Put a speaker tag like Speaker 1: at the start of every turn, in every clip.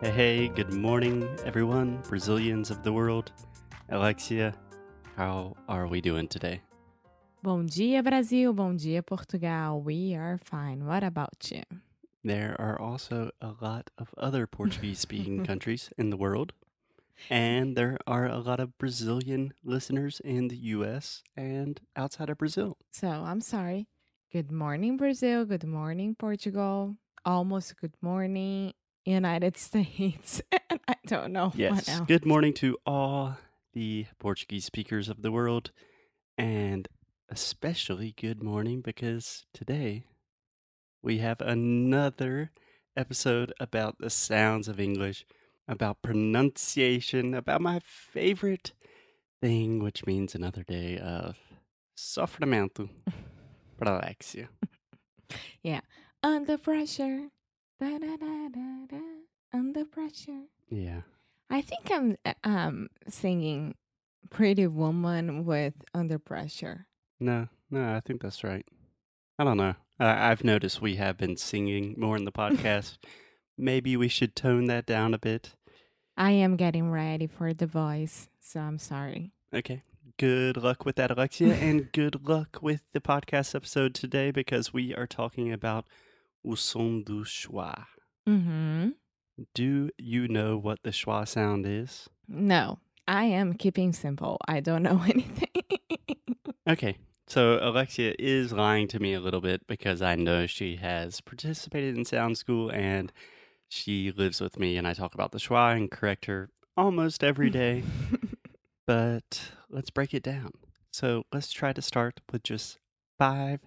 Speaker 1: Hey, hey, good morning, everyone, Brazilians of the world. Alexia, how are we doing today?
Speaker 2: Bom dia, Brasil. Bom dia, Portugal. We are fine. What about you?
Speaker 1: There are also a lot of other Portuguese speaking countries in the world. And there are a lot of Brazilian listeners in the US and outside of Brazil.
Speaker 2: So, I'm sorry. Good morning, Brazil. Good morning, Portugal. Almost good morning, United States. And I don't know what
Speaker 1: Yes.
Speaker 2: else.
Speaker 1: Good morning to all the Portuguese speakers of the world. And especially good morning because today we have another episode about the sounds of English, about pronunciation, about my favorite thing, which means another day of sofrimento para Alexia.
Speaker 2: Under pressure. Da, da, da, da, da. Under pressure.
Speaker 1: Yeah.
Speaker 2: I think I'm uh, um singing Pretty Woman with Under Pressure.
Speaker 1: No, no, I think that's right. I don't know. I, I've noticed we have been singing more in the podcast. Maybe we should tone that down a bit.
Speaker 2: I am getting ready for the voice, so I'm sorry.
Speaker 1: Okay. Good luck with that, Alexia, and good luck with the podcast episode today because we are talking about o som do schwa.
Speaker 2: Mm-hmm.
Speaker 1: Do you know what the schwa sound is?
Speaker 2: No, I am keeping simple. I don't know anything.
Speaker 1: Okay. So Alexia is lying to me a little bit because I know she has participated in sound school and she lives with me and I talk about the schwa and correct her almost every day. but let's break it down. So let's try to start with just five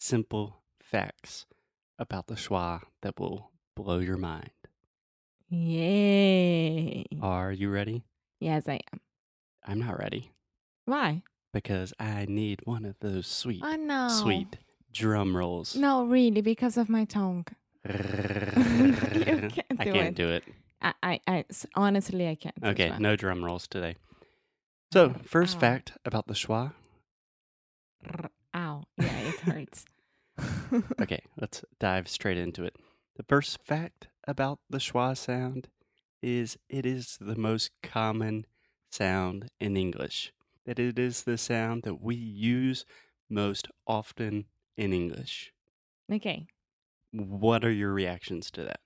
Speaker 1: simple facts about the schwa that will blow your mind.
Speaker 2: Yay.
Speaker 1: Are you ready?
Speaker 2: Yes, I am.
Speaker 1: I'm not ready
Speaker 2: Why?
Speaker 1: because I need one of those sweet,
Speaker 2: Oh, no.
Speaker 1: sweet drum rolls.
Speaker 2: No, really, because of my tongue. can't
Speaker 1: I
Speaker 2: do
Speaker 1: can't
Speaker 2: it.
Speaker 1: do it.
Speaker 2: I, I, I s- honestly, I can't. as
Speaker 1: Okay,
Speaker 2: well.
Speaker 1: no drum rolls today.
Speaker 2: Oh,
Speaker 1: So, first
Speaker 2: Ow.
Speaker 1: fact about the schwa.
Speaker 2: Ow. Yeah, it hurts.
Speaker 1: Okay, let's dive straight into it. The first fact about the schwa sound is it is the most common sound in English. That it is the sound that we use most often in English.
Speaker 2: okay.
Speaker 1: What are your reactions to that?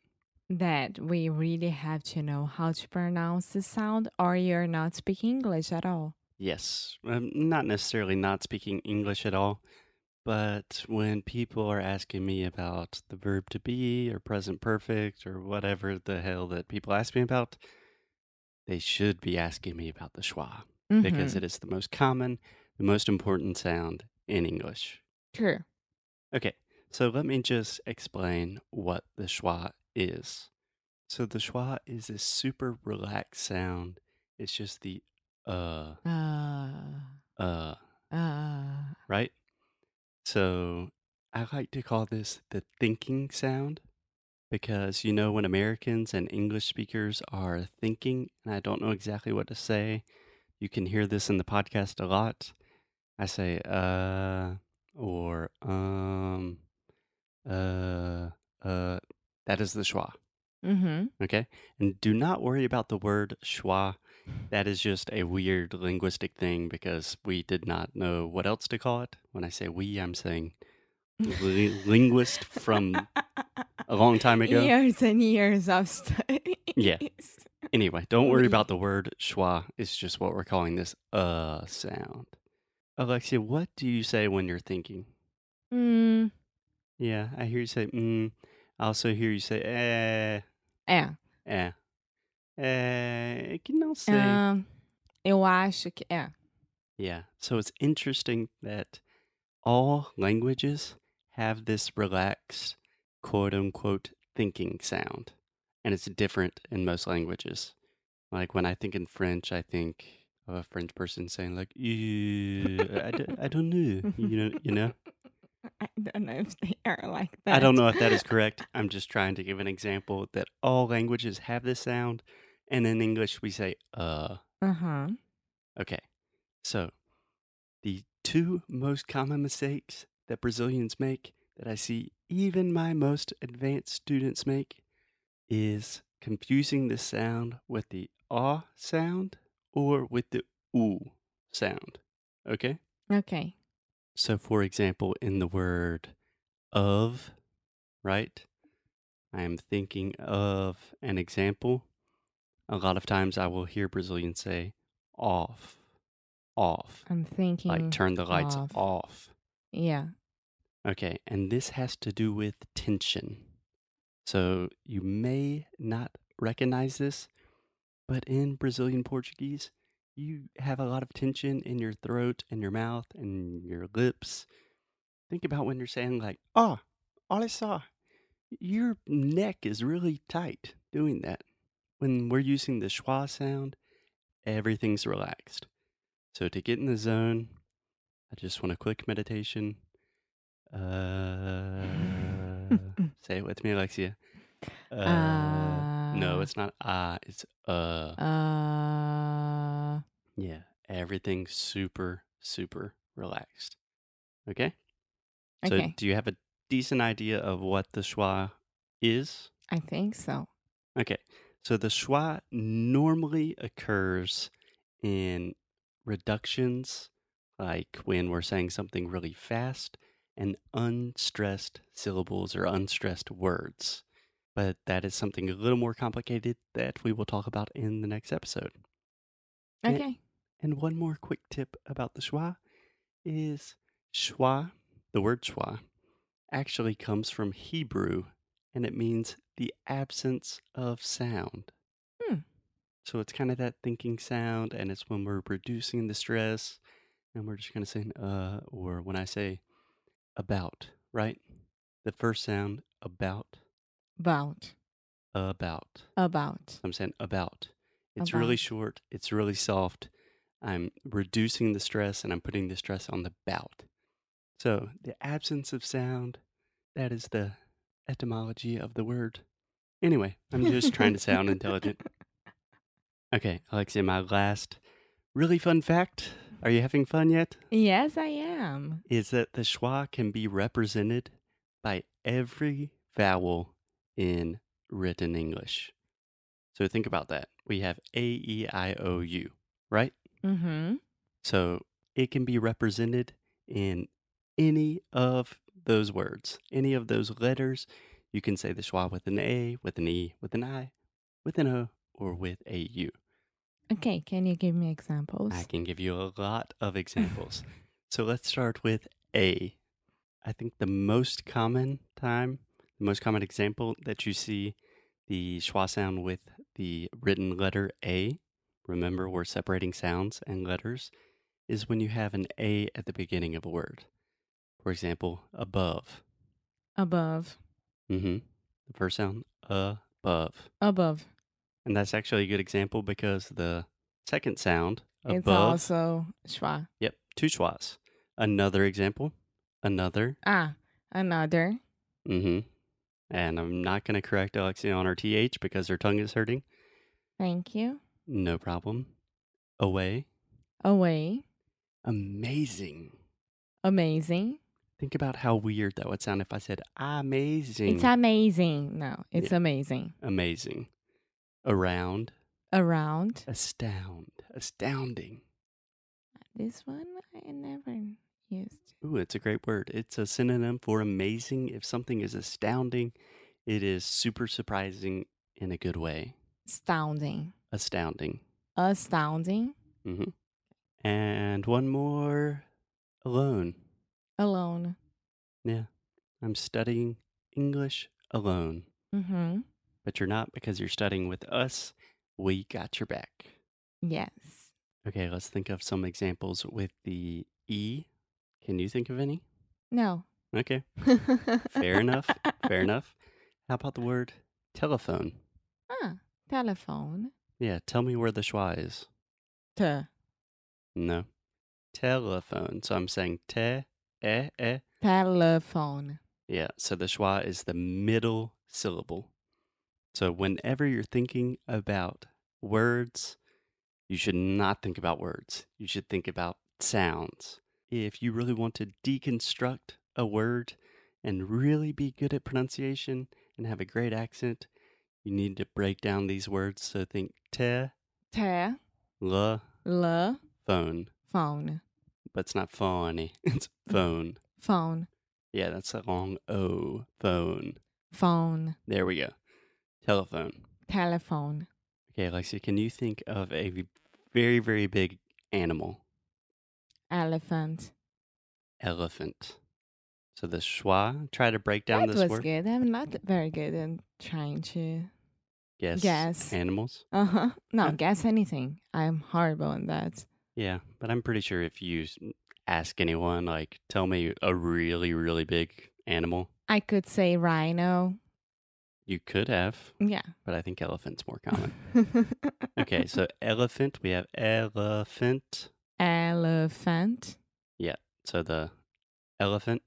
Speaker 2: That we really have to know how to pronounce the sound, or you're not speaking English at all.
Speaker 1: Yes, um, not necessarily not speaking English at all, but when people are asking me about the verb to be or present perfect or whatever the hell that people ask me about, they should be asking me about the schwa because
Speaker 2: Mhm.
Speaker 1: it is the most common, the most important sound in English.
Speaker 2: True.
Speaker 1: Okay, so let me just explain what the schwa is. So the schwa is this super relaxed sound. It's just the uh,
Speaker 2: Uh,
Speaker 1: uh,
Speaker 2: uh,
Speaker 1: right? So I like to call this the thinking sound because you know when Americans and English speakers are thinking and I don't know exactly what to say, you can hear this in the podcast a lot. I say uh or um uh uh that is the schwa,
Speaker 2: mm-hmm.
Speaker 1: okay? And do not worry about the word schwa. That is just a weird linguistic thing because we did not know what else to call it. When I say we, I'm saying li- linguist from a long time ago.
Speaker 2: Years and years of studies.
Speaker 1: Yeah. Anyway, don't worry
Speaker 2: We.
Speaker 1: about the word schwa. It's just what we're calling this uh sound. Alexia, what do you say when you're thinking?
Speaker 2: Mm,
Speaker 1: Yeah, I hear you say mm. I also hear you say eh,
Speaker 2: é.
Speaker 1: eh, eh. Que não sei.
Speaker 2: ahn, um, eu acho que é.
Speaker 1: Yeah. So it's interesting that all languages have this relaxed, quote unquote, thinking sound. and it's different in most languages. Like when I think in French, I think of a French person saying like, "You, I, d- I don't know," you know, you know.
Speaker 2: I don't know if they are like that.
Speaker 1: I don't know if that is correct. I'm just trying to give an example that all languages have this sound, and in English we say "uh."
Speaker 2: Uh huh.
Speaker 1: Okay, so the two most common mistakes that Brazilians make that I see even my most advanced students make is confusing the sound with the ah sound or with the oo sound. Okay?
Speaker 2: Okay.
Speaker 1: So, for example, in the word of, right? I am thinking of an example. A lot of times I will hear Brazilians say off, off,
Speaker 2: I'm thinking.
Speaker 1: like turn the lights
Speaker 2: Mm, off.
Speaker 1: off.
Speaker 2: Yeah.
Speaker 1: Okay, and this has to do with tension. So you may not recognize this, but in Brazilian Portuguese, you have a lot of tension in your throat and your mouth and your lips. Think about when you're saying, like, oh, all I saw, your neck is really tight doing that. When we're using the schwa sound, everything's relaxed. So to get in the zone, I just want a quick meditation. Uh, say it with me, Alexia. Uh, no,
Speaker 2: Uh.
Speaker 1: it's not ah, it's uh.
Speaker 2: Uh.
Speaker 1: Yeah, everything's super, super relaxed. Okay? So,
Speaker 2: Okay.
Speaker 1: do you have a decent idea of what the schwa is?
Speaker 2: I think so.
Speaker 1: Okay. So the schwa normally occurs in reductions, like when we're saying something really fast, and unstressed syllables or unstressed words. But that is something a little more complicated that we will talk about in the next episode. Yeah.
Speaker 2: Okay.
Speaker 1: And one more quick tip about the schwa is schwa, the word schwa, actually comes from Hebrew and it means the absence of sound.
Speaker 2: Hmm.
Speaker 1: So it's kind of that thinking sound, and it's when we're reducing the stress and we're just kind of saying, uh, or when I say about, right? The first sound, about,
Speaker 2: About.
Speaker 1: about.
Speaker 2: About.
Speaker 1: I'm saying about. It's really
Speaker 2: About.
Speaker 1: short. It's really soft. I'm reducing the stress and I'm putting the stress on the bout. So the absence of sound, that is the etymology of the word. Anyway, I'm just trying to sound intelligent. Okay, Alexia, my last really fun fact. Are you having fun yet?
Speaker 2: Yes, I am.
Speaker 1: Is that the schwa can be represented by every vowel in written English. So think about that. We have A, E, I, O, U, right?
Speaker 2: Mm-hmm.
Speaker 1: So it can be represented in any of those words, any of those letters. You can say the schwa with an A, with an E, with an I, with an O, or with a U.
Speaker 2: Okay. Can you give me examples?
Speaker 1: I can give you a lot of examples. so let's start with A. I think the most common time, the most common example that you see the schwa sound with the written letter A, remember we're separating sounds and letters, is when you have an A at the beginning of a word. For example, above.
Speaker 2: Above.
Speaker 1: hmm The first sound, above.
Speaker 2: Above.
Speaker 1: And that's actually a good example because the second sound, above,
Speaker 2: It's also schwa.
Speaker 1: Yep, two schwas. Another example, another.
Speaker 2: Ah, another.
Speaker 1: Mm-hmm. And I'm not going to correct Alexia on her th because her tongue is hurting.
Speaker 2: Thank you.
Speaker 1: No problem. Away.
Speaker 2: Away.
Speaker 1: Amazing.
Speaker 2: Amazing.
Speaker 1: Think about how weird that would sound if I said amazing.
Speaker 2: It's amazing. No, it's
Speaker 1: Yeah.
Speaker 2: amazing.
Speaker 1: amazing. Around.
Speaker 2: Around.
Speaker 1: Astound. Astounding.
Speaker 2: This one I never used.
Speaker 1: Ooh, it's a great word. It's a synonym for amazing. If something is astounding, it is super surprising in a good way.
Speaker 2: Astounding.
Speaker 1: Astounding.
Speaker 2: Astounding.
Speaker 1: hmm And one more alone.
Speaker 2: Alone.
Speaker 1: Yeah. I'm studying English alone.
Speaker 2: Mm-hmm.
Speaker 1: But you're not because you're studying with us. We got your back.
Speaker 2: Yes.
Speaker 1: Okay, let's think of some examples with the E. Can you think of any?
Speaker 2: No.
Speaker 1: Okay, fair enough. Fair enough. How about the word telephone?
Speaker 2: Ah, telephone.
Speaker 1: Yeah, tell me where the schwa is.
Speaker 2: Te.
Speaker 1: No. Telephone. So I'm saying te, eh, eh.
Speaker 2: Telephone.
Speaker 1: Yeah, so the schwa is the middle syllable. So whenever you're thinking about words, you should not think about words. You should think about sounds. If you really want to deconstruct a word and really be good at pronunciation and have a great accent, you need to break down these words. So think te,
Speaker 2: Te.
Speaker 1: la,
Speaker 2: Le.
Speaker 1: phone.
Speaker 2: Phone.
Speaker 1: But it's not phony, it's phone.
Speaker 2: Phone.
Speaker 1: Yeah, that's a long O, phone.
Speaker 2: Phone.
Speaker 1: There we go. Telephone.
Speaker 2: Telephone.
Speaker 1: Okay, Alexia, can you think of a very, very big animal?
Speaker 2: Elephant.
Speaker 1: Elephant. So the schwa, try to break down
Speaker 2: that
Speaker 1: this
Speaker 2: was
Speaker 1: word.
Speaker 2: good. I'm not very good in trying to
Speaker 1: Guess.
Speaker 2: Guess.
Speaker 1: Animals.
Speaker 2: Uh huh. No,
Speaker 1: Yeah.
Speaker 2: guess anything. I'm horrible in that.
Speaker 1: Yeah, but I'm pretty sure if you s- ask anyone, like, tell me a really, really big animal,
Speaker 2: I could say rhino.
Speaker 1: you could have,
Speaker 2: Yeah.
Speaker 1: but I think elephant's more common. Oh, okay, so elephant, we have elephant.
Speaker 2: Elephant.
Speaker 1: So the elephant,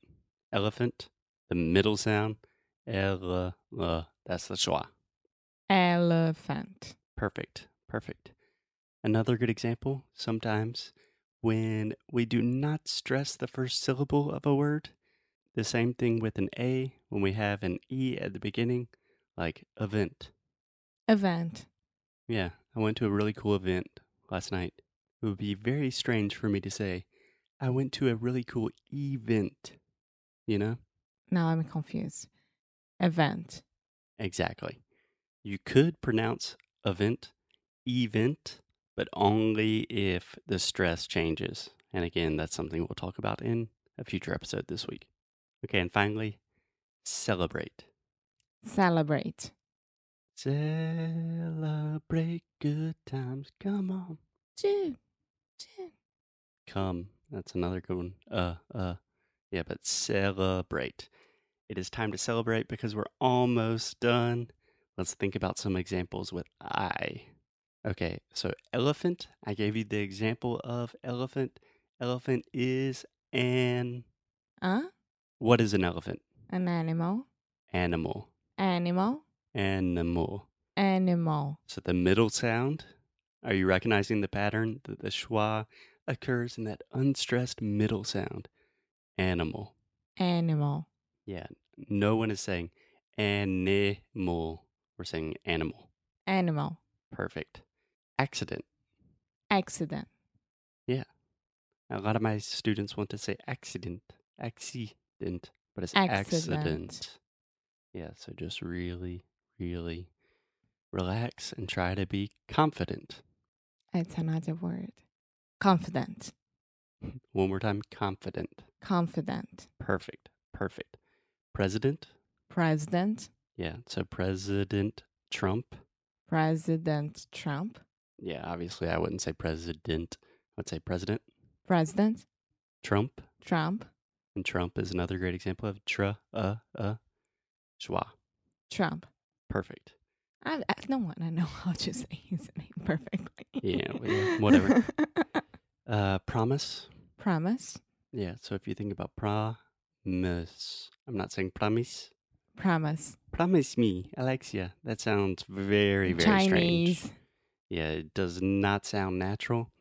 Speaker 1: elephant, the middle sound, ele, le, that's the schwa.
Speaker 2: Elephant.
Speaker 1: Perfect. Perfect. Another good example sometimes when we do not stress the first syllable of a word, the same thing with an A when we have an E at the beginning, like event.
Speaker 2: Event.
Speaker 1: Yeah, I went to a really cool event last night. It would be very strange for me to say, I went to a really cool event. You know?
Speaker 2: Now I'm confused. Event.
Speaker 1: Exactly. You could pronounce event, event, but only if the stress changes. And again, that's something we'll talk about in a future episode this week. Okay, and finally, celebrate.
Speaker 2: Celebrate.
Speaker 1: Celebrate good times. Come on.
Speaker 2: Two. Two.
Speaker 1: Come. That's another good one. Uh, uh. Yeah, but celebrate. It is time to celebrate because we're almost done. Let's think about some examples with I. Okay, so elephant. I gave you the example of elephant. Elephant is an.
Speaker 2: Huh?
Speaker 1: What is an elephant?
Speaker 2: An animal.
Speaker 1: Animal.
Speaker 2: Animal.
Speaker 1: Animal.
Speaker 2: Animal.
Speaker 1: So the middle sound, are you recognizing the pattern that the schwa occurs in that unstressed middle sound? Animal.
Speaker 2: Animal.
Speaker 1: Yeah, no one is saying animal. We're saying animal.
Speaker 2: Animal.
Speaker 1: Perfect. Accident.
Speaker 2: Accident.
Speaker 1: A lot of my students want to say accident, accident, but it's
Speaker 2: Accident.
Speaker 1: accident. Yeah, so just really, really relax and try to be confident.
Speaker 2: It's another word. Confident.
Speaker 1: One more time, confident.
Speaker 2: Confident.
Speaker 1: Perfect. Perfect. President?
Speaker 2: President.
Speaker 1: Yeah. So President Trump.
Speaker 2: President Trump.
Speaker 1: Yeah, obviously I wouldn't say president. I'd say President
Speaker 2: President
Speaker 1: Trump.
Speaker 2: Trump.
Speaker 1: And Trump is another great example of tra uh uh schwa.
Speaker 2: Trump.
Speaker 1: Perfect.
Speaker 2: I, I don't want to know how to say his name perfectly.
Speaker 1: Yeah, well, yeah, whatever. Uh promise.
Speaker 2: promise.
Speaker 1: Yeah, so if you think about promise. I'm not saying promise.
Speaker 2: Promise.
Speaker 1: Promise me, Alexia. That sounds very, very strange.
Speaker 2: Chinese.
Speaker 1: Yeah, it does not sound natural.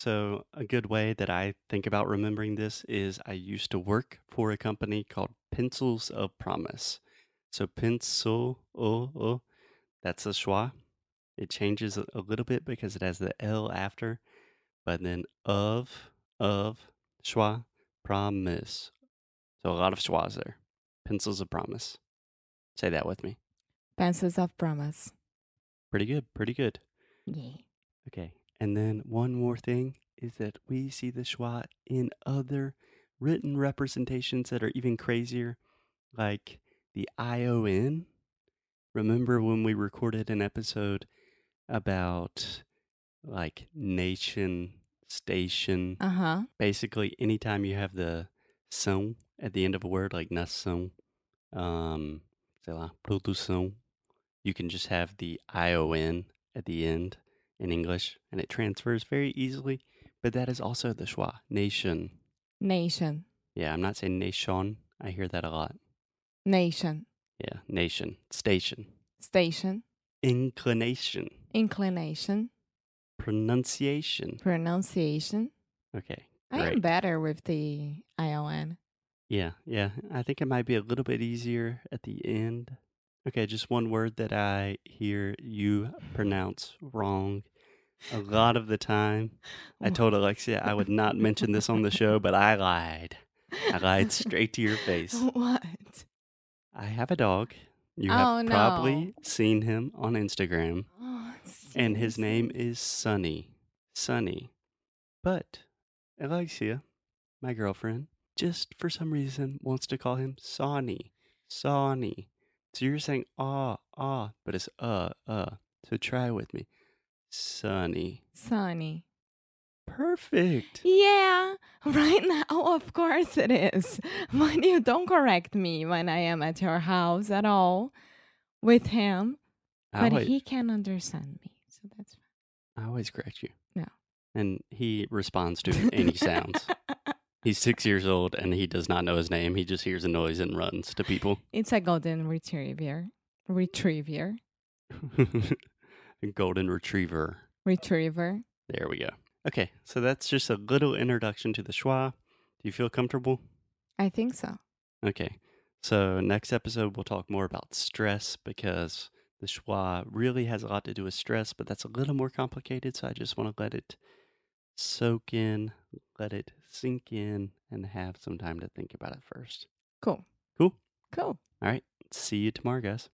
Speaker 1: So, a good way that I think about remembering this is I used to work for a company called Pencils of Promise. So, pencil, oh, oh, that's a schwa. It changes a a little bit because it has the L after, but then of, of, schwa, promise. So, a lot of schwas there. Pencils of Promise. Say that with me.
Speaker 2: Pencils of promise.
Speaker 1: Pretty good, pretty good.
Speaker 2: Yeah.
Speaker 1: Okay. And then one more thing is that we see the schwa in other written representations that are even crazier, like the ION. Remember when we recorded an episode about like nation, station?
Speaker 2: Uh huh.
Speaker 1: Basically, anytime you have the são at the end of a word, like nação, um, sei lá, produção, you can just have the ION at the end in English and it transfers very easily. But that is also the schwa, nation.
Speaker 2: Nation.
Speaker 1: Yeah, I'm not saying nation. I hear that a lot.
Speaker 2: Nation.
Speaker 1: Yeah, nation, station,
Speaker 2: Station.
Speaker 1: inclination,
Speaker 2: Inclination.
Speaker 1: pronunciation.
Speaker 2: Pronunciation.
Speaker 1: Okay,
Speaker 2: I
Speaker 1: great.
Speaker 2: am better with the ION.
Speaker 1: Yeah, yeah. I think it might be a little bit easier at the end. Okay, just one word that I hear you pronounce wrong a lot of the time. I told Alexia I would not mention this on the show, but I lied. I lied straight to your face.
Speaker 2: What?
Speaker 1: I have a dog. You
Speaker 2: Oh,
Speaker 1: have
Speaker 2: no.
Speaker 1: probably seen him on Instagram,
Speaker 2: Oh,
Speaker 1: and his name
Speaker 2: seriously.
Speaker 1: is Sunny. Sunny. But Alexia, my girlfriend, just for some reason wants to call him Sonny. Sonny. So you're saying ah ah, but it's uh uh. So try with me. Sunny.
Speaker 2: Sunny.
Speaker 1: Perfect.
Speaker 2: Yeah, right now, of course it is. When you don't correct me when I am at your house at all with him,
Speaker 1: I
Speaker 2: but
Speaker 1: always,
Speaker 2: he can understand me. So that's
Speaker 1: I always correct you.
Speaker 2: No.
Speaker 1: And he responds to
Speaker 2: fine.
Speaker 1: any sounds. He's six years old and he does not know his name. He just hears a noise and runs to people.
Speaker 2: It's a golden retriever. Retriever.
Speaker 1: Golden Retriever.
Speaker 2: Retriever.
Speaker 1: There we go. Okay, so that's just a little introduction to the schwa. Do you feel comfortable?
Speaker 2: I think so.
Speaker 1: Okay, so next episode we'll talk more about stress because the schwa really has a lot to do with stress, but that's a little more complicated. So I just want to let it soak in, let it sink in, and have some time to think about it first.
Speaker 2: Cool.
Speaker 1: Cool.
Speaker 2: Cool.
Speaker 1: See you tomorrow, guys.